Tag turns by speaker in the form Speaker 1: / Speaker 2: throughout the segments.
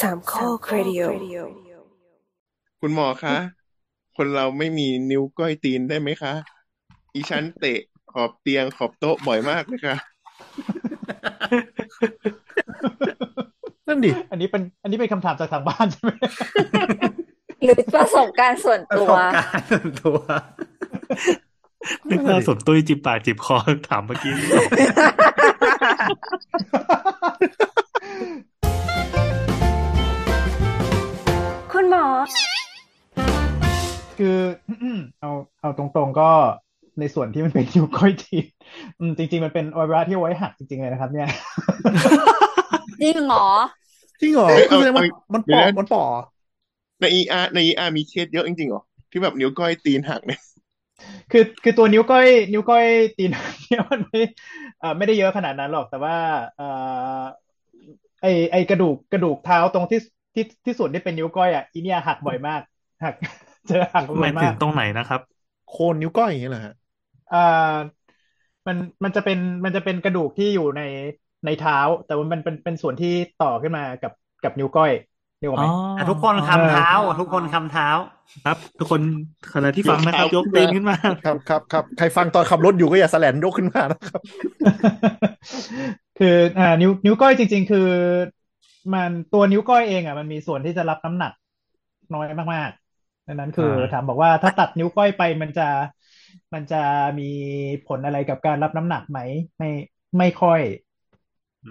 Speaker 1: สามข้อครดิโอ
Speaker 2: คุณหมอคะ คนเราไม่มีนิ้วก้อยตีนได้ไหมคะ อีฉันเตะขอบเตียงขอบโต๊ะบ่อยมากเลยค่ะ
Speaker 3: นั่นดิ
Speaker 4: อันนี้เป็นอันนี้เป็นคำถามจากทางบ้านใช่ไหม
Speaker 5: หรือประสบการณ์ส่วน
Speaker 6: ประ
Speaker 5: ตั
Speaker 6: ส
Speaker 5: ว
Speaker 6: บการณ์ส่วนตัว
Speaker 3: นึกว่าสมตุ้ยจิบปากจิบคอถามเมื่อกี้
Speaker 1: คุณหมอ
Speaker 4: คือ เอาเอาตรงๆก็ในส่วนที่มันเป็นนิ้ว ก้อยทีอืมจริง ๆ มันเป็นอวัยวะที่เอาไว้หักจริงๆเลยนะครับ เนี่ย
Speaker 5: จริงเหรอ
Speaker 3: จริงเหรอ
Speaker 2: เอ้ย
Speaker 3: คือแสดงว่า
Speaker 2: เอา
Speaker 3: มัน
Speaker 2: เดี๋
Speaker 3: ป
Speaker 2: ย
Speaker 3: อ
Speaker 2: ว
Speaker 3: ก
Speaker 2: นะ
Speaker 3: มันปอก
Speaker 2: ในเออาในเออามีเคสเยอะจริงๆเหรอที่แบบนิ้วก้อยตีนหักเนี่ย
Speaker 4: คือคือตัวนิ้วก้อย นิ้วก้อยตีนเนี่ยมันไม่เอ่อไม่ได้เยอะขนาดนั้นหรอก แต่ว่าเอ่อไอไอกระดูกกระดูกเท้าตรงที่ที่ที่ส่วนที่เป็นนิ้วก้อยอ่ะอีเนี่ยหักบ่อยมากหัก เจอหัก
Speaker 3: ห
Speaker 4: บ่
Speaker 3: มา
Speaker 4: อย ยมา
Speaker 3: ถึ
Speaker 4: ก
Speaker 3: งตรงไหนนะครับ โคนนิ้วก้อยอย่างเงี้ยเหรอฮะ
Speaker 4: เอ่อมันมันจะเป็นมันจะเป็นกระดูกที่อยู่ในในเท้า แต่ว่ามันเป็นเป็นส่วนที่ต่อขึ้นมากับกับนิ้วก้อยนึกออกไหม
Speaker 6: อ่ะทุกคนคำเท้าอ่ะทุกคนคำเท้า
Speaker 3: ครับ ทุกคนขณะที่ฟังนะครับ ย
Speaker 2: ย
Speaker 3: ก
Speaker 2: ก
Speaker 3: ตี
Speaker 2: เท้า
Speaker 3: นขึ้นมา
Speaker 7: ครับครับครับใครฟังตอนขับรถอยู่ก็อย่าแสลนยกขึ้นมานะครับ
Speaker 4: คืออ่านิ้วนิ้วก้อยจริง ๆ คือ มันตัวนิ้วก้อยเองอ่ะมันมีส่วนที่จะรับน้ำหนักน้อยมากๆดังนั้นคือ
Speaker 3: อ่า
Speaker 4: ถามบอกว่าถ้าตัดนิ้วก้อยไปมันจะมันจะมีผลอะไรกับการรับน้ำหนักไหม ไม่ไม่ค่อย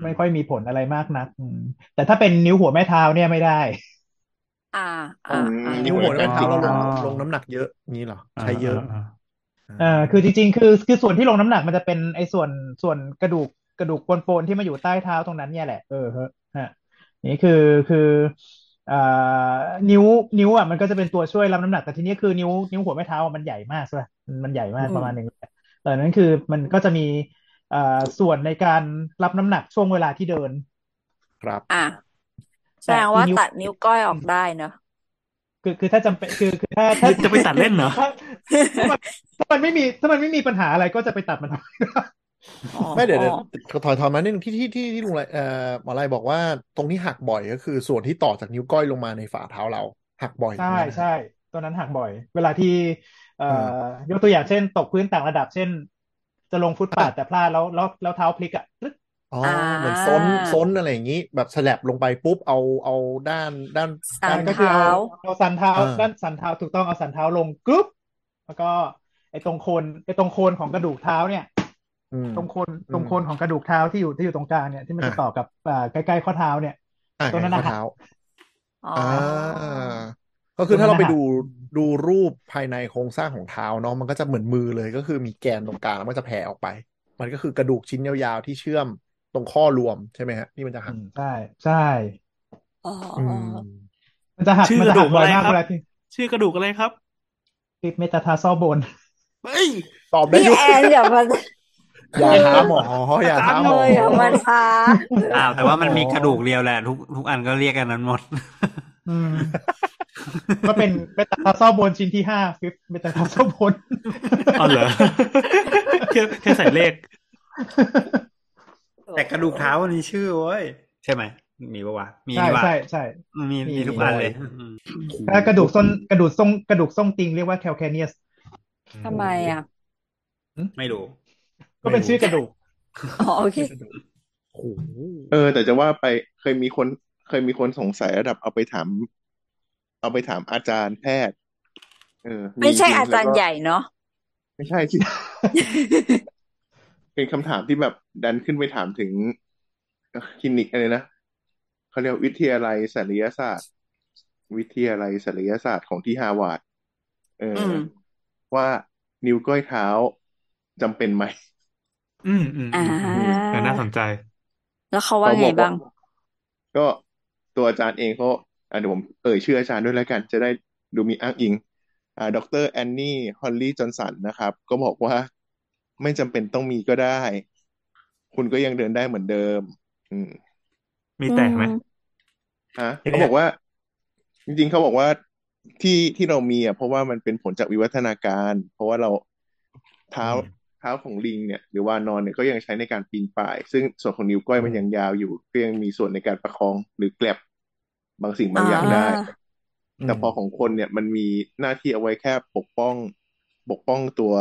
Speaker 4: ไม่ค่อยมีผลอะไรมากนักอืมแต่ถ้าเป็นนิ้วหัวแม่เท้าเนี่ยไม่ได้
Speaker 5: อ่าอ่าอ่า
Speaker 2: นิ้
Speaker 7: นิ้ว
Speaker 2: วหั
Speaker 7: หัว
Speaker 2: วแม่
Speaker 7: แม่
Speaker 2: เท้า
Speaker 7: เท้าเราลง
Speaker 3: อ๋อ
Speaker 7: ลงน้ำหนักเยอะนี้เหรอใช้เยอะ
Speaker 3: อ่า
Speaker 4: เอ่อคือจริงๆ คือคือส่วนที่ลงน้ำหนักมันจะเป็นไอ้ส่วนส่วนกระดูกกระดูกโปนๆที่มาอยู่ใต้เท้าตรงนั้นเนี่ยแหละเออฮะฮะนี่คือคือเอ่อนิ้วนิ้วอ่ะมันก็จะเป็นตัวช่วยรับน้ำหนักแต่ทีนี้คือนิ้วนิ้วหัวแม่เท้าอ่ะมันใหญ่มากใช่ไหมมันมันใหญ่มากประมาณหนึ่งเลยแต่นั้นคือมันก็จะมีเอ่อส่วนในการรับน้ำหนักช่วงเวลาที่เดิน
Speaker 7: ครับ
Speaker 5: อ่าแสดงว่า
Speaker 4: แต่อีนิ้ว
Speaker 5: ตัดนิ้วก้อยออกได้เนอะ
Speaker 4: คือคือถ้าจำเป็นคือคือถ้าถ้า
Speaker 3: จะไปตัดเล่นเหรอ
Speaker 4: ถ้าถ้ามันถ้ามันไม่มีถ้ามันไม่มีปัญหาอะไรก็จะไปตัดมัน
Speaker 5: อ๋อ
Speaker 7: ไม่เดี๋ยวเดี๋ยว
Speaker 5: อ๋อ
Speaker 7: ถอยถอยมานิดนึงที่ที่ที่ที่ลุงไรเอ่อหมอไรบอกว่าตรงที่หักบ่อยก็คือส่วนที่ต่อจากนิ้วก้อยลงมาในฝ่าเท้าเรา หักบ่อย
Speaker 4: ใช่
Speaker 7: นะ
Speaker 4: ใช่ตอนนั้นหักบ่อย เวลาที่ เอ่
Speaker 7: อืม
Speaker 4: อยกตัวอย่างเช่น ตกพื้นต่างระดับ เช่น จะลงฟุตปาดแต่พลาดแล้วแล้วแล้วเท้าพลิกอ่ะตึ๊ด
Speaker 7: อ๋อเหมือนซนซนอะไรอย่างนี้ แบบสลับลงไปปุ๊บเอาเอาด้านด้าน
Speaker 5: สัน
Speaker 4: ก็คือ
Speaker 5: เท้า
Speaker 4: เอาเอาสันเท้า
Speaker 7: อ่า
Speaker 4: ด้านสันเท้าถูกต้องเอาสันเท้าลงกรุ๊ปแล้วก็ไอ้ตรงโคนไอ้ตรงโคนของกระดูกเท้าเนี่ย
Speaker 7: อืม
Speaker 4: ตรงโคน
Speaker 7: อืม
Speaker 4: ตรงโคนของกระดูกเท้าที่อยู่ที่อยู่ตรงกลางเนี่ยที่มันจะ
Speaker 7: อ่า
Speaker 4: ต่อกับอ่าใกล้ๆข้อเท้าเนี่ย
Speaker 7: อ่ะ
Speaker 4: ตรงนั้นนะ
Speaker 7: ข้อเท้า
Speaker 5: อ๋อ
Speaker 7: อ่
Speaker 5: อา
Speaker 7: ก็คือถ้าเราไป
Speaker 4: ตรงนั้นน่ะ
Speaker 7: ดูดูรูปภายในโครงสร้างของเท้าเนาะมันก็จะเหมือนมือเลยก็คือมีแกนตรงกลางแล้วมันก็จะแผ่ออกไป มันก็คือกระดูกชิ้นยาวๆที่เชื่อมตรงข้อรวมใช่ไหมฮะที่มันจะหั
Speaker 4: อื
Speaker 7: ก
Speaker 4: มใช่ใช่
Speaker 5: อ๋อ
Speaker 7: อื
Speaker 5: อ๋อ
Speaker 7: ม
Speaker 4: มันจะหัก
Speaker 3: ชื่อ
Speaker 4: มัน
Speaker 3: ก
Speaker 4: จะ
Speaker 3: ระดู
Speaker 4: หั
Speaker 3: ก
Speaker 4: บ่อย
Speaker 3: อะไร
Speaker 4: มาก
Speaker 3: ครับ
Speaker 4: เวลาที่
Speaker 3: ชื่อกระดูกอะไรครับ
Speaker 4: ติดเมตาทาร์ซอลโบน
Speaker 3: เฮ้ย
Speaker 7: ตอบได้
Speaker 5: พี่
Speaker 7: ด้วย
Speaker 5: แอนอย่ามา
Speaker 7: อย่าท้าหมออย่าท้าหม
Speaker 5: เล
Speaker 7: อย
Speaker 5: อย่ามาท้า
Speaker 6: อ้าวแต่ว่ามันมีกระดูกเรียวแหละทุกทุกอันก็เรียกกันนั้นหมด
Speaker 4: อืม ก็เป็นเมตาทาร์ซอลโบนชิ้นที่ห้าฟิฟเมตาทาร์ซอลโบน
Speaker 3: อ๋อเหรอ แค่แค่ใส่เลข
Speaker 6: แต่กระดูกเท้ามันมีชื่อเว้ย ใช่ไหม มีปะวะ มี
Speaker 4: ใช่
Speaker 6: ปะ
Speaker 4: ใช่ใช่
Speaker 6: มี
Speaker 4: มี
Speaker 6: มีทุกอันเลยอืม
Speaker 4: ถ้ากระดูกส้นกระดูกทรงกระดูกทรงติงเรียกว่าแคลแคเนียส
Speaker 5: ทำไมอ่ะ
Speaker 6: ไม่รู้
Speaker 4: ก็เป็นชื่อกระดูก
Speaker 5: อ๋อโอเค
Speaker 2: เออ แต่จะว่าไปเคยมีคน เคยมีคนสงสัยระดับเอาไปถาม เอาไปถามอาจารย์แพทย์ เออ
Speaker 5: ไม่ใช่
Speaker 2: จงๆ
Speaker 5: อาจารย์
Speaker 2: แล้วก็
Speaker 5: ใหญ่เนาะ
Speaker 2: ไม่ใช่สิ เป็นคำถามที่แบบดันขึ้นไปถามถึงคลินิกอะไรนะเขาเรียกวิทยาลัยศัลยศาสตร์ วิทยาลัยศัลยศาสตร์ของที่ฮาร์วาร์ดเออ
Speaker 5: ม
Speaker 2: ว่านิ้วก้อยเท้าจำเป็นไหม
Speaker 3: อืมอืม
Speaker 5: อ่า
Speaker 3: เออน่าสนใจ
Speaker 5: แล้วเขาว่าไง
Speaker 2: เขบ
Speaker 5: บ้าง
Speaker 2: อกว่ก็ตัวอาจารย์เองเขาอ่ะเดี๋ยวผมเอ่ยชื่ออาจารย์ด้วยแล้วกัน จะได้ดูมีอ้างอิง อ่าดรแอนนี่ฮอลลี่จอนสันนะครับ ก็บอกว่าไม่จำเป็นต้องมีก็ได้ คุณก็ยังเดินได้เหมือนเดิม อืม
Speaker 3: มีแตกไหม
Speaker 5: อืม
Speaker 2: ฮะเขาบอกว่า จริงๆเขาบอกว่าที่ที่เรามีอ่ะเพราะว่ามันเป็นผลจากวิวัฒนาการ เพราะว่าเราเท้า
Speaker 3: อืม
Speaker 2: เท้าของลิงเนี่ย หรือว่านอนเนี่ยก็ยังใช้ในการปีนป่าย ซึ่งส่วนของนิ้วก้อยมันยังยาวอยู่ ก็ยังมีส่วนในการประคองหรือแกลบ บางสิ่งบางอย่างได้
Speaker 5: อ่า
Speaker 2: แต่พอของคนเนี่ยมันมีหน้าที่เอาไว้แค่ปกป้อง ปกป้องตัว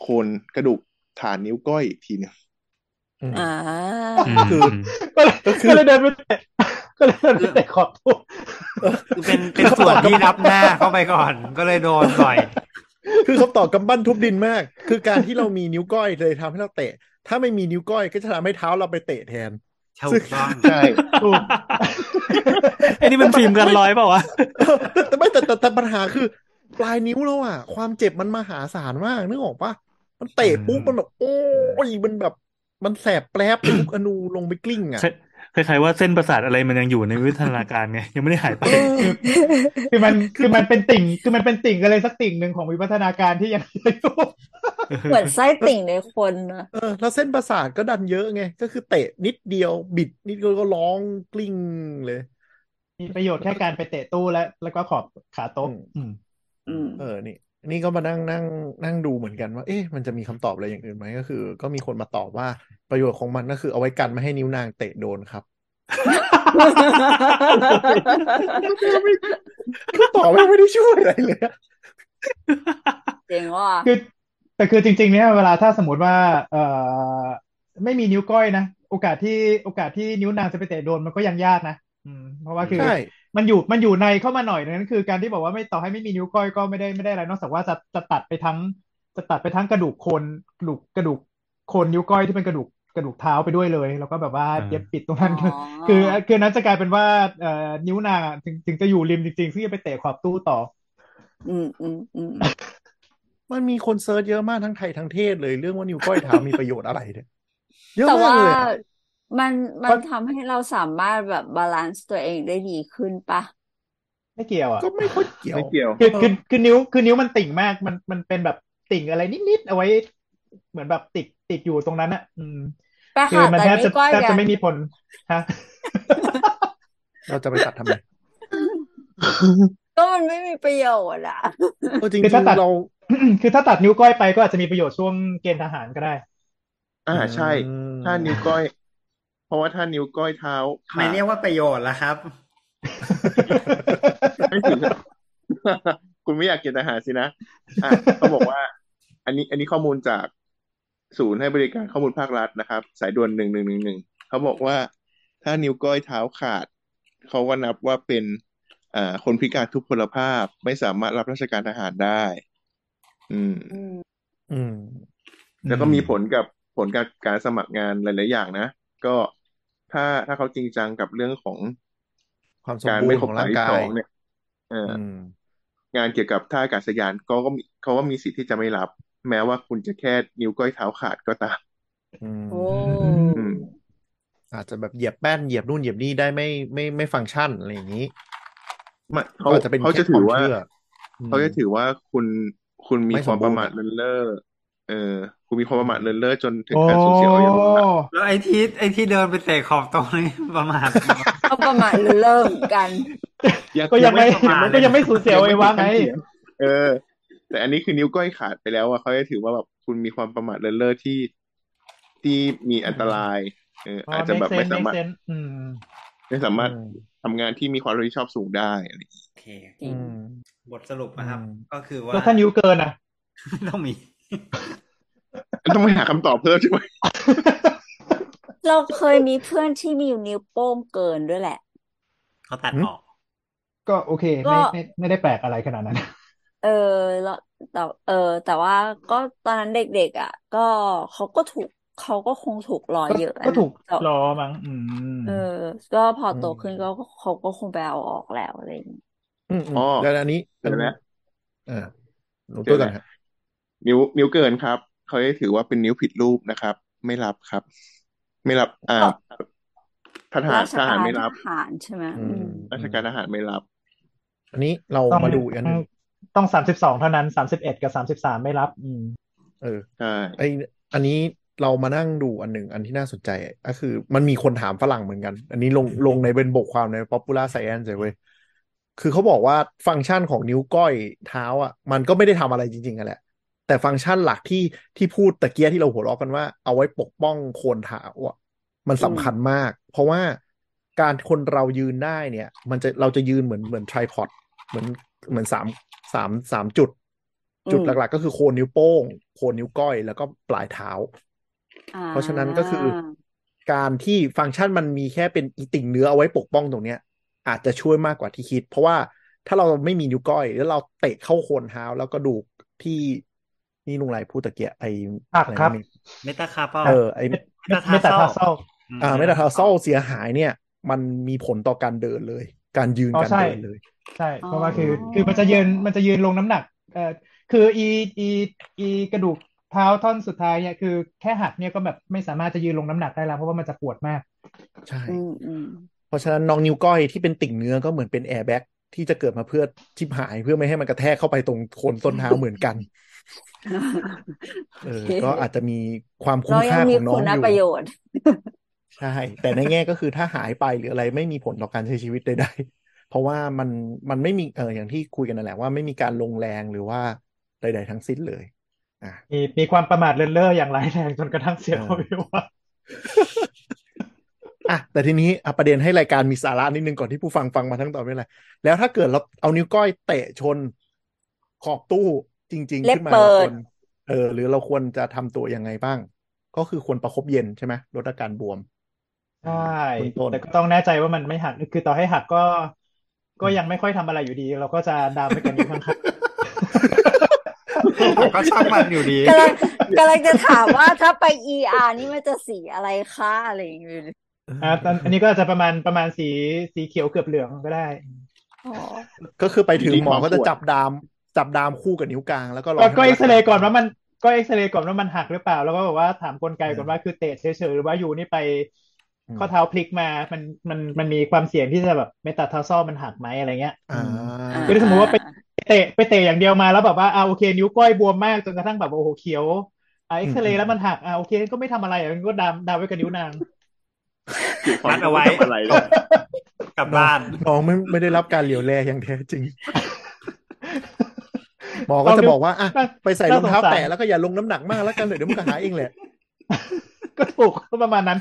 Speaker 2: โคนกระดูกฐานนิ้วก้อยอีกทีหนึง
Speaker 7: อืม
Speaker 5: อ่า
Speaker 3: ม
Speaker 7: คือ
Speaker 3: ม
Speaker 4: ก็เลย
Speaker 7: ก็คือ
Speaker 4: ก็เลยเดินไปเตะก็เลยเดินไปเตะขอบตู้
Speaker 6: คือเป็นเป็นส่วนที่รับหน้าเข้าไปก่อน ก็เลยโดนบ่อย
Speaker 7: คือคำตอบกำปั้นทุบดินมาก คือการที่เรามีนิ้วก้อยเลยทำให้เราเตะ ถ้าไม่มีนิ้วก้อยก็จะทำให้เท้าเราไปเตะแทน
Speaker 6: ถูกต้อง
Speaker 2: ใช่
Speaker 4: ถูก
Speaker 3: ไอ้นี่มันฟิล์มกันร้อยเปล่าวะ
Speaker 7: เออ แต่แต่ไม่แต่แต่แต่ปัญหาคือ ปลายนิ้วแล้วอ่ะ ความเจ็บมันมหาศาลมากนึกออกปะมันเตะปุ๊บ
Speaker 3: อืม
Speaker 7: มันแบบโอ้ยมันแบบ มันแสบแปลบไปทุกอนูลงไปกลิ้งอ่ะ
Speaker 3: คล้ายๆว่าเส้นประสาทอะไรมันยังอยู่ในวิทยาการไงยังไม่ได้หายไป
Speaker 4: คือมันคือมันเป็นติ่ง คือมันเป็นติ่งอะไรสักติ่งหนึ่งของวิวัฒนาการที่ยัง อยู่
Speaker 5: เหมือนไส้ติ่งในคนนะ
Speaker 7: เออแล้วเส้นประสาทก็ดันเยอะไง ก็คือเตะนิดเดียวบิด นิดเดียวก็ร้องกลิ้งเลย
Speaker 4: มีประโยชน์แค่การไปเตะตู้และแล้วก็ขอบขาโต๊ะอืม
Speaker 5: อืม
Speaker 7: เออนี่นี่ก็มานั่งนั่งนั่งดูเหมือนกันว่า เอ๊ะมันจะมีคำตอบอะไรอย่างอื่นไหมก็คือ ก็มีคนมาตอบว่าประโยชน์ของมันก็คือเอาไว้กันไม่ให้นิ้วนางเตะโดนครับ ก็ตอบไม่ไม่ได้ช่วยอะไรเลยอะ
Speaker 5: เจ๋งว่ะ
Speaker 4: คือแต่คือจริง ๆ เนี่ยเวลาถ้าสมมติว่าเอ่อไม่มีนิ้วก้อยนะ โอกาสที่โอกาสที่นิ้วนางจะไปเตะโดนมันก็ยังยากนะอืมเพราะว่าคือ
Speaker 7: ใช่
Speaker 4: มันอยู่มันอยู่ในเข้ามาหน่อยดังนั้นคือการที่บอกว่าไม่ต่อให้ไม่มีนิ้วก้อยก็ไม่ได้ไม่ได้อะไรนอกจากว่าจะจะตัดไปทั้ง จะตัดไปทั้งกระดูกโคนกระดูกกระดูกโคนนิ้วก้อยที่เป็นกระดูกกระดูกเท้าไปด้วยเลย แล้วก็แบบว่า
Speaker 3: อ่า
Speaker 4: เย็บปิดตรงนั้นคือ คือคือนั้นจะกลายเป็นว่าเอ่อนิ้วนางอะถึงถึงจะอยู่ริมจริงๆซึ่งจะไปเตะขอบตู้ต่อ
Speaker 5: อืมอืมอืม
Speaker 7: มันมีคนเซิร์ชเยอะมากทั้งไทยทั้งเทศเลยเรื่องว่านิ้วก้อยเท้ามีประโยชน์อะไรเนี่ยเยอะ
Speaker 5: แต่
Speaker 7: มา
Speaker 5: ว่าก
Speaker 7: เลยอะ
Speaker 5: มันมัน
Speaker 7: เพราะ
Speaker 5: ทำให้เราสามารถแบบบาลานซ์ตัวเองได้ดีขึ้นปะ
Speaker 4: ไม่เกี่ยวอ่ะ
Speaker 7: ก็ไม่ค่อยเกี่ยว
Speaker 2: ไม่เกี่ยว
Speaker 4: คือ
Speaker 7: เออ
Speaker 4: คือคือนิ้วคือนิ้วมันติ่งมากมันมันเป็นแบบติ่งอะไรนิดๆเอาไว้ เหมือนแบบติดติดอยู่ตรงนั้นอ่ะ อืม
Speaker 5: ไป
Speaker 4: คื
Speaker 5: หา
Speaker 4: มั
Speaker 5: แต่
Speaker 4: แทบ
Speaker 5: นิ้
Speaker 4: จะ
Speaker 5: วก้อย
Speaker 4: แทบ
Speaker 5: กั
Speaker 4: จะ
Speaker 5: น
Speaker 4: ไม่มีผล ฮะ
Speaker 7: เราจะไปตัดทำไม
Speaker 5: ก็มันไม่มีประโยชน์อ่ะ
Speaker 7: เออจริ
Speaker 4: คือถ้าตัด
Speaker 7: งๆเรา
Speaker 4: คือถ้าตัดนิ้วก้อยไปก็อาจจะมีประโยชน์ช่วงเกณฑ์ทหารก็ได้
Speaker 2: อ่าใช่ ถ้านิ้วก้อย เพราะว่าถ้านิ้วก้อยเท้าขา
Speaker 6: ไม่
Speaker 2: ด
Speaker 6: เรียกว่าประโยชน์ละ ครับ
Speaker 2: ไม่ถึง คุณไม่อยากเกณฑ์ทหารสินะอ่ะเขาบอกว่า อันนี้ อันนี้ข้อมูลจากศูนย์ให้บริการข้อมูลภาครัฐนะครับ สายด่วนหนึ่งหนึ่งหนึ่งหนึ่งเขาบอกว่า ถ้านิ้วก้อยเท้าขาด เขาก็นับว่าเป็นอ่าคนพิการทุพพลภาพไม่สามารถรับราชการทหารได้ อืม
Speaker 5: อืม
Speaker 7: อืม
Speaker 2: แล้วก็มีผลกับผลกับการสมัครงานหลาย ๆ อย่างนะ ก็ถ้าถ้าเขาจริงจังกับเรื่องของ
Speaker 7: ความสม
Speaker 2: การ
Speaker 7: บูร
Speaker 2: ไม่
Speaker 7: ณ์
Speaker 2: ค
Speaker 7: ข
Speaker 2: ร
Speaker 7: อบ ง
Speaker 2: สาที่
Speaker 7: ร่าย งกา
Speaker 2: สอย งเนี่ยเอออ
Speaker 7: อืม
Speaker 2: งานเกี่ยวกับท่าอากาศยานเขาก็มีเขาก็มีสิทธิ์ที่จะไม่รับ แม้ว่าคุณจะแค่นิ้วก้อยเท้าขาดก็ตาม
Speaker 7: อืม
Speaker 5: โอ้
Speaker 2: อืม
Speaker 7: อาจจะแบบเหยียบแป้นเหยียบนู่นเหยียบนี่ได้ไม่ไม่ไม่ฟังก์ชันอะไรอย่างนี้
Speaker 2: ไม่
Speaker 7: ก็
Speaker 2: เขา
Speaker 7: อาจจะเป็น
Speaker 2: เขา
Speaker 7: แค่
Speaker 2: จะ
Speaker 7: ควา
Speaker 2: ถือ
Speaker 7: ม
Speaker 2: ว่า
Speaker 7: เชื่อ
Speaker 2: เขาจะ
Speaker 7: ม
Speaker 2: ถือว่าคุณคุณมี
Speaker 7: ไม่
Speaker 2: ค
Speaker 7: ส
Speaker 2: วาม ม
Speaker 7: บู
Speaker 2: ป
Speaker 7: รณ์
Speaker 2: ระมาทเลินเล่อเออ คุณมีความประมาทเลินเล่อจนถึง
Speaker 4: โอ้
Speaker 2: การสูญเสียอวัยวะ
Speaker 6: แล้วไอ้ที่ไอ้ที่เดินไปเตะขอบตรงนี้ ประมาท
Speaker 5: ก็ประมาณเริ่มกัน
Speaker 4: ก็ยังไม่
Speaker 6: ยังไม่
Speaker 4: ก็ยังไม่สูญเสียอวัยวะไง
Speaker 2: เออ แต่อันนี้คือนิ้วก้อยขาดไปแล้วอะเขาจะถือว่าแบบคุณมีความประมาทเลินเล่อที่ที่มีอันตราย เออ อาจจะแบบไม่สามารถ
Speaker 4: เซนอืม
Speaker 2: ไม่สามารถ
Speaker 7: อืม
Speaker 2: ทำงานที่มีความรับผิดชอบสูงได้อะไรอย่างงี้
Speaker 6: โอเค
Speaker 5: จริง
Speaker 7: อืม
Speaker 6: บทสรุปนะครับ
Speaker 7: อืม
Speaker 6: ก็คือว่า
Speaker 4: แล้วถ้านิ้วเกินอ่ะ
Speaker 6: ต้องมี
Speaker 2: ต้องไปหาคำตอบเพิ่มใช่ไหม
Speaker 5: เราเคยมีเพื่อนที่มีอยู่นิ้วโป้งเกินด้วยแหละ
Speaker 6: เขาตัดออก
Speaker 4: ก็โอเคไม่ไม่ไม่ได้แปลกอะไรขนาดนั้น
Speaker 5: เออแล้วแต่เออ แต่ว่าก็ตอนนั้นเด็กๆอ่ะ ก็เขาก็ถูกเขาก็คงถูกล้อ
Speaker 4: ก็
Speaker 5: เยอะ
Speaker 4: ก็
Speaker 5: นะ
Speaker 4: ถูก
Speaker 5: แต่
Speaker 4: รอมั้งอืม
Speaker 5: เออ ก็พอโต
Speaker 7: อืม
Speaker 5: ขึ้นก็เขาก็คงไปเอาออกแล้วอะไรอย่างงี้
Speaker 7: อืมอืม
Speaker 2: อ๋อ
Speaker 7: แล้วอันนี้
Speaker 2: เดี๋ยวนะ
Speaker 7: อ่าหนูตัวก่อนฮะ
Speaker 2: นิ้วนิ้วเกินครับ เขาจะถือว่าเป็นนิ้วผิดรูปนะครับ ไม่รับครับ ไม่รับ อ่าทหา
Speaker 5: รา
Speaker 2: ร
Speaker 5: ช
Speaker 2: ทหารไม่
Speaker 5: การ
Speaker 2: รับ
Speaker 5: ทหารใช่ไหม
Speaker 7: อื
Speaker 5: อื
Speaker 7: ม
Speaker 5: ม
Speaker 2: ราชการทหารไม่รับ
Speaker 7: อันนี้เรา
Speaker 4: ต้อง
Speaker 7: มาดูอีกอันหนึ่ง
Speaker 4: ต้องสามสิบสองเท่านั้นสามสิบเอ็ดกับสามสิบสามไม่รับ อืม
Speaker 7: เออ
Speaker 2: ใช่
Speaker 7: ไออันนี้เรามานั่งดูอันหนึ่งอันที่น่าสนใจก็คือ มันมีคนถามฝรั่งเหมือนกัน อันนี้ลงลงในเป็นบทความใน Popular Science เลยเว้ยคือเขาบอกว่าฟังก์ชันของนิ้วก้อยเท้าอ่ะ มันก็ไม่ได้ทำอะไรจริงๆกันแหละ แต่ฟังก์ชันหลักที่ที่พูดตะเกียที่เราหัวเราะกันว่าเอาไว้ปกป้องโคนเท้าอ่ะมันสำคัญมาก เพราะว่า การคนเรายืนได้เนี่ย มันจะเราจะยืนเหมือนเหมือนทริพอดเหมือนเหมือนสามสามสามจุด
Speaker 5: อืม
Speaker 7: จุดหลัก ๆ ก็คือโคนนิ้วโป้ง โคนนิ้วก้อยแล้วก็ปลายเท้า
Speaker 5: อ่
Speaker 7: เพราะฉะนั้นก็คือการที่ฟังก์ชันมันมีแค่เป็นอีติ่งเนื้อเอาไว้ปกป้องตรงเนี้ย อาจจะช่วยมากกว่าที่คิด เพราะว่าถ้าเราไม่มีนิ้วก้อย แล้วเราเตะเข้าโคนเท้าแล้วก็ดูกที่นี่ลุงไรพูดตะเกียะไอ
Speaker 4: หักครับ
Speaker 7: อะไนะนี่
Speaker 3: เมตาคาร์เปล่า
Speaker 7: เออไอ
Speaker 4: เมตาทาโซ
Speaker 7: อ่าไม่แต่ทาเศร้าเสียหายเนี่ย มันมีผลต่อการเดินเลย การยืน
Speaker 4: อ๋อ
Speaker 7: การ
Speaker 4: ใช่
Speaker 7: เดินเลย
Speaker 4: ใช่เพราะว่าคือคือมันจะยืนมันจะยืนลงน้ำหนักเอ่อคืออีอีอีกระดูกเท้าท่อนสุดท้ายเนี่ยคือแค่หักเนี่ยก็แบบไม่สามารถจะยืนลงน้ำหนักได้แล้ว เพราะว่ามันจะปวดมาก
Speaker 7: ใช่
Speaker 5: อืมอืม
Speaker 7: เพราะฉะนั้นน้องนิ้วก้อยที่เป็นติ่งเนื้อก็เหมือนเป็นแอร์แบ็กที่จะเกิดมาเพื่อชิบหายเพื่อไม่ให้มันกระแทกเข้าไปตรงโคนต้นเท้าเหมือนกันเออก็อาจจะมีความคุ้
Speaker 5: เรา
Speaker 7: ม
Speaker 5: ยั
Speaker 7: ค่าง ข
Speaker 5: มี
Speaker 7: องน้อง
Speaker 5: คุณ
Speaker 7: อยู่
Speaker 5: ประโยชน์
Speaker 7: ใช่ แต่ในแง่ก็คือถ้าหายไปหรืออะไรไม่มีผลต่อการใช้ชีวิตใดๆเพราะว่ามันมันไม่มีเอออย่างที่คุยกันนั่นแหละว่าไม่มีการลงแรงหรือว่าใด ๆ ทั้งสิ้นเลย
Speaker 4: มีมีความประมาทเลินเล่ออย่างร้ายแรงจนกระทั่งเสียอวัยวะ
Speaker 7: อ่ะแต่ทีนี้อ่ะประเด็นให้รายการมีสาระนิดนึงก่อนที่ผู้ฟังฟังมาทั้งตอนไม่เป็นไรแล้วถ้าเกิดเราเอานิ้วก้อยเตะชนขอบตู้จริง ๆ
Speaker 5: เล็บ
Speaker 7: ขึ้นมา
Speaker 5: เปิ
Speaker 7: เรา
Speaker 5: ด
Speaker 7: ควรเออ หรือเราควรจะทำตัวยังไงบ้าง ก็คือควรประคบเย็นใช่ไหมลดอาการบวม
Speaker 4: ใช่
Speaker 7: เบื้องต้น
Speaker 4: แต่ก็ต้องแน่ใจว่ามันไม่หักคือต่อให้หักก็ ก็ยังไม่ค่อยทำอะไรอยู่ดี เราก็จะดามไปกันอยู่ข้าง
Speaker 6: ก็ช่างมันอยู่ดี
Speaker 5: กำลัง กำลังจะถามว่าถ้าไป ER นี่มันจะสีอะไรคะอะไรอย่างเงี้ย
Speaker 4: ๆอ่ะตอนอันนี้ก็จะประมาณประมาณสีสีเขียวเกือบเหลืองก็ได้
Speaker 5: อ๋อ
Speaker 7: ก็คือไปถึงหม อก็
Speaker 2: จริ
Speaker 7: จะ
Speaker 2: งๆ
Speaker 7: จับดาม จับดามคู่กับนิ้วกลางแล้วก็ร
Speaker 4: ก็
Speaker 7: อ
Speaker 4: ก็
Speaker 7: ให้
Speaker 4: เอ็กซเรย์ก่อนว่ามันก็เอ็กซเรย์ก่อนว่ามันหักหรือเปล่า แล้วก็บอกว่าถามกลไกก่อนว่าคือเตะเฉยๆหรือว่าอยู่นี่ไปข้อเท้าพลิกมามันมันมันมีความเสี่ยงที่จะแบบเมตาทาร์ซอลมันหักไหมอะไรเงี้ย
Speaker 7: อ่า
Speaker 4: คือถ้าสมมติว่าไปเตะไปเตะอย่างเดียวมาแล้วแบบว่าอ่าโอเค นิ้วก้อยบวมมากจนกระทั่งแบบโอ้โหเขียวอ่าเอ็กซเร
Speaker 7: อืม
Speaker 4: ย์แล้วมันหักอ่าโอเคก็ไม่ทำอะไรอ่ะมันก็ดามดามไว้กับนิ้วนาง
Speaker 6: มัดเอาไว้
Speaker 2: อะไรเลย
Speaker 6: กลับบ้าน
Speaker 7: น้องไม่ไม่ได้รับการเหลียวแลอย่างแท้จริง หมอก็จะบอกว่า อ่ะไปใส่รองเท้าแตะแล้วก็อย่าลงน้ำหนักมากแล้วกันเดี๋ยวมันก็หายเองแหละ
Speaker 4: ก็ถูกก็ประมาณนั้น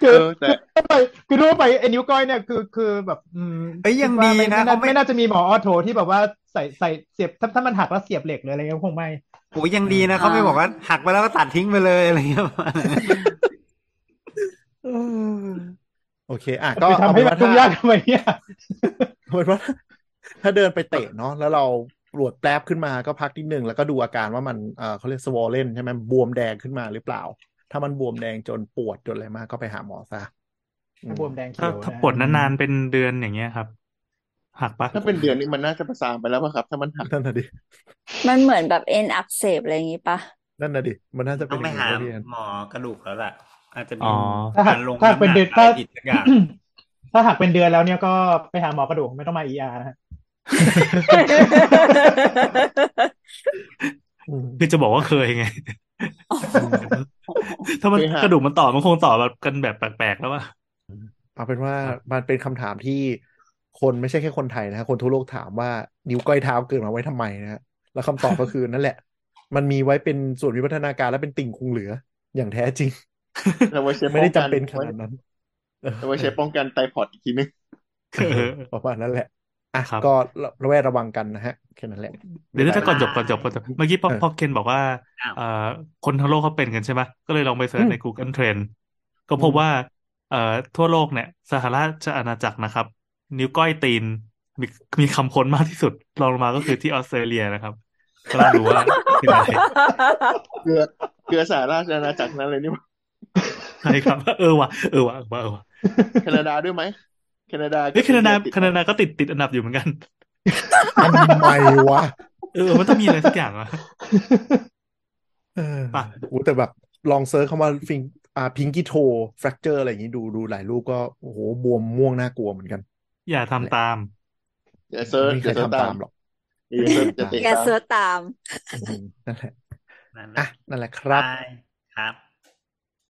Speaker 2: เอ
Speaker 4: คือ
Speaker 2: อแต่
Speaker 4: คือไปคือรู้ว่าไปไอ้นิ้วก้อยเนี่ยคือคือแบบอืม
Speaker 6: เอ้ยยัง
Speaker 4: คิดว่า
Speaker 6: ดี
Speaker 4: ไม่
Speaker 6: นะ
Speaker 4: ไม่
Speaker 6: เขา
Speaker 4: น่า
Speaker 6: ไม่
Speaker 4: ไม่น่าจะมีหมอออโถที่แบบว่าใส่ใส่เสียบถ้าถ้ามันหักแล้วเสียบเหล็กหรืออะไรเงี้ยคงไม่
Speaker 6: โอ้ยยังดีนะเขาไม่
Speaker 5: อ่า
Speaker 6: บอกว่าหักไปแล้วก็ตัดทิ้งไปเลยอะไรเงี้ย
Speaker 7: โอเค อ่ะ ก็
Speaker 4: ก็ทำให้มัน
Speaker 7: เอ
Speaker 4: ยุ่ง
Speaker 7: เป็ว่
Speaker 4: ยากทำไมเนี่ย
Speaker 7: เอาเป็นว่า ถ้าเดินไปเตะเนาะ แล้วเราปวดแปลบขึ้นมาก็พักนิดนึง แล้วก็ดูอาการว่ามัน เอ่อเขาเรียกสวอลเลนใช่ไหมบวมแดงขึ้นมาหรือเปล่า ถ้ามันบวมแดงจนปวดจนอะไรมากก็ไปหาหมอซะอืม
Speaker 4: บวมแดงเขี
Speaker 3: ถ้า
Speaker 4: ยว
Speaker 3: ถ้า
Speaker 4: นะ
Speaker 3: ปลดนานๆ เป็นเดือนอย่างเงี้ยครับ หักปะ
Speaker 2: ถ้าเป็นเดือนนี้มันน่าจะประสานไปแล้วป่ะครับ ถ้ามันหัก
Speaker 7: นั่นน่ะดิ
Speaker 5: มันเหมือนแบบเอ็นอักเสบอะไรอย่างงี้ ปะ
Speaker 7: นั่นน่ะดิ มันน่าจะ
Speaker 6: ต้
Speaker 7: เป็
Speaker 6: อน งไปหา
Speaker 7: ย่งนี้
Speaker 6: หมอกระดูกแล้วล่ะ อาจจะมี
Speaker 3: อ๋อ
Speaker 4: ถ้าหั
Speaker 6: กาก รลง
Speaker 4: ถ้าเป็นเดือน
Speaker 6: ำห
Speaker 4: ถ้า
Speaker 6: อะไรผิดสักอย่าง
Speaker 4: ถ้าหักเป็นเดือนแล้วเนี่ยก็ไปหาหมอกระดูกไม่ต้องมาเออาร์ นะฮะ
Speaker 7: อืม
Speaker 3: คือจะบอกว่าเคยไง ถ้ามัน
Speaker 2: เคยหัก
Speaker 3: กระดูกมันต่อมันคงต่อแบบกันแบบแปลกๆ แล้วว่า
Speaker 7: เอาเป็นว่ามันเป็นคำถามที่คนไม่ใช่แค่คนไทยนะฮะคนทั่วโลกถามว่านิ้วก้อยเท้าเกิดมาไว้ทำไมนะฮะแล้วคำตอบก็คือ นั่นแหละ มันมีไว้เป็นส่วนวิวัฒนาการและเป็นติ่งคงเหลือ อย่างแท้จริง
Speaker 2: เราไว้ใช้
Speaker 7: ไม่ได้จำเป็นข
Speaker 2: ป้องกั
Speaker 7: นาดนั้นเออ
Speaker 2: เราไว้ใช้ป้องกันไตพอดอีกทีนึง
Speaker 7: ประมาณนั้นแหละอ่ะ
Speaker 3: ครับ
Speaker 7: ก็ระแวดระวังกันนะฮะแค่นั้นแหละ
Speaker 3: เดี๋ยวจะก่อนจบก่อนจบก่อนจบเมื่อกี้พอ
Speaker 7: เออ
Speaker 3: พอเคนบอกว่าเอ่อคนทั้งโลกเขาเป็นกันใช่ไหมก็เลยลองไปเสิร์ช
Speaker 7: อืม
Speaker 3: ใน Google Trend ก็พบ
Speaker 7: อืม
Speaker 3: ว่าเอ่อทั่วโลกเนี่ยสหราชอาณาจักรนะครับ นิ้วก้อยตีนมีมีคำค้นมากที่สุดรองลงมาก็คือที่ออสเตรเลียนะครับก็ลองดูว่าเป็นอะไร
Speaker 2: เกลือเกลือสาราชอาณาจักรนั้นเลยนี่ หว่า
Speaker 3: ใช่ครับ เออว่ะเออว่ะเออว่ะเออว่ะ
Speaker 2: แคนาดาด้วยไหมแคนาดาก็
Speaker 3: เฮ้ยแคนาดา
Speaker 2: ติด
Speaker 3: แคนาดาก็ติดติดอันดับอยู่เหมือนกัน
Speaker 7: ทำไมวะ
Speaker 3: เออมันต้องมีอะไรสักอย่างอะ
Speaker 7: เออ
Speaker 3: ป่ะ
Speaker 7: โอ้แต่แบบลองเซิร์ชคำว่าฟิงอ่าพิงกี้โทฟรเจอร์อะไรอย่างนี้ดูดูหลายรูปก็โอ้โหบวมม่วงน่ากลัวเหมือนกัน
Speaker 3: อย่าทำตาม
Speaker 2: อย่าเซิร์ช
Speaker 7: ไม่มี
Speaker 2: อ
Speaker 7: ใคร
Speaker 2: ย่าเซิร์ช
Speaker 7: ทำ
Speaker 2: ตา
Speaker 7: ตาม
Speaker 2: ม
Speaker 7: หรอก
Speaker 2: อย่าเซิร์ชจะเตะ
Speaker 5: อย่า
Speaker 2: ตาม
Speaker 5: เสือตาม
Speaker 7: อืมนั่นแหละ
Speaker 6: นั่นแหละ
Speaker 7: อ่ะ นั่นแหละครับ
Speaker 6: ไปครับ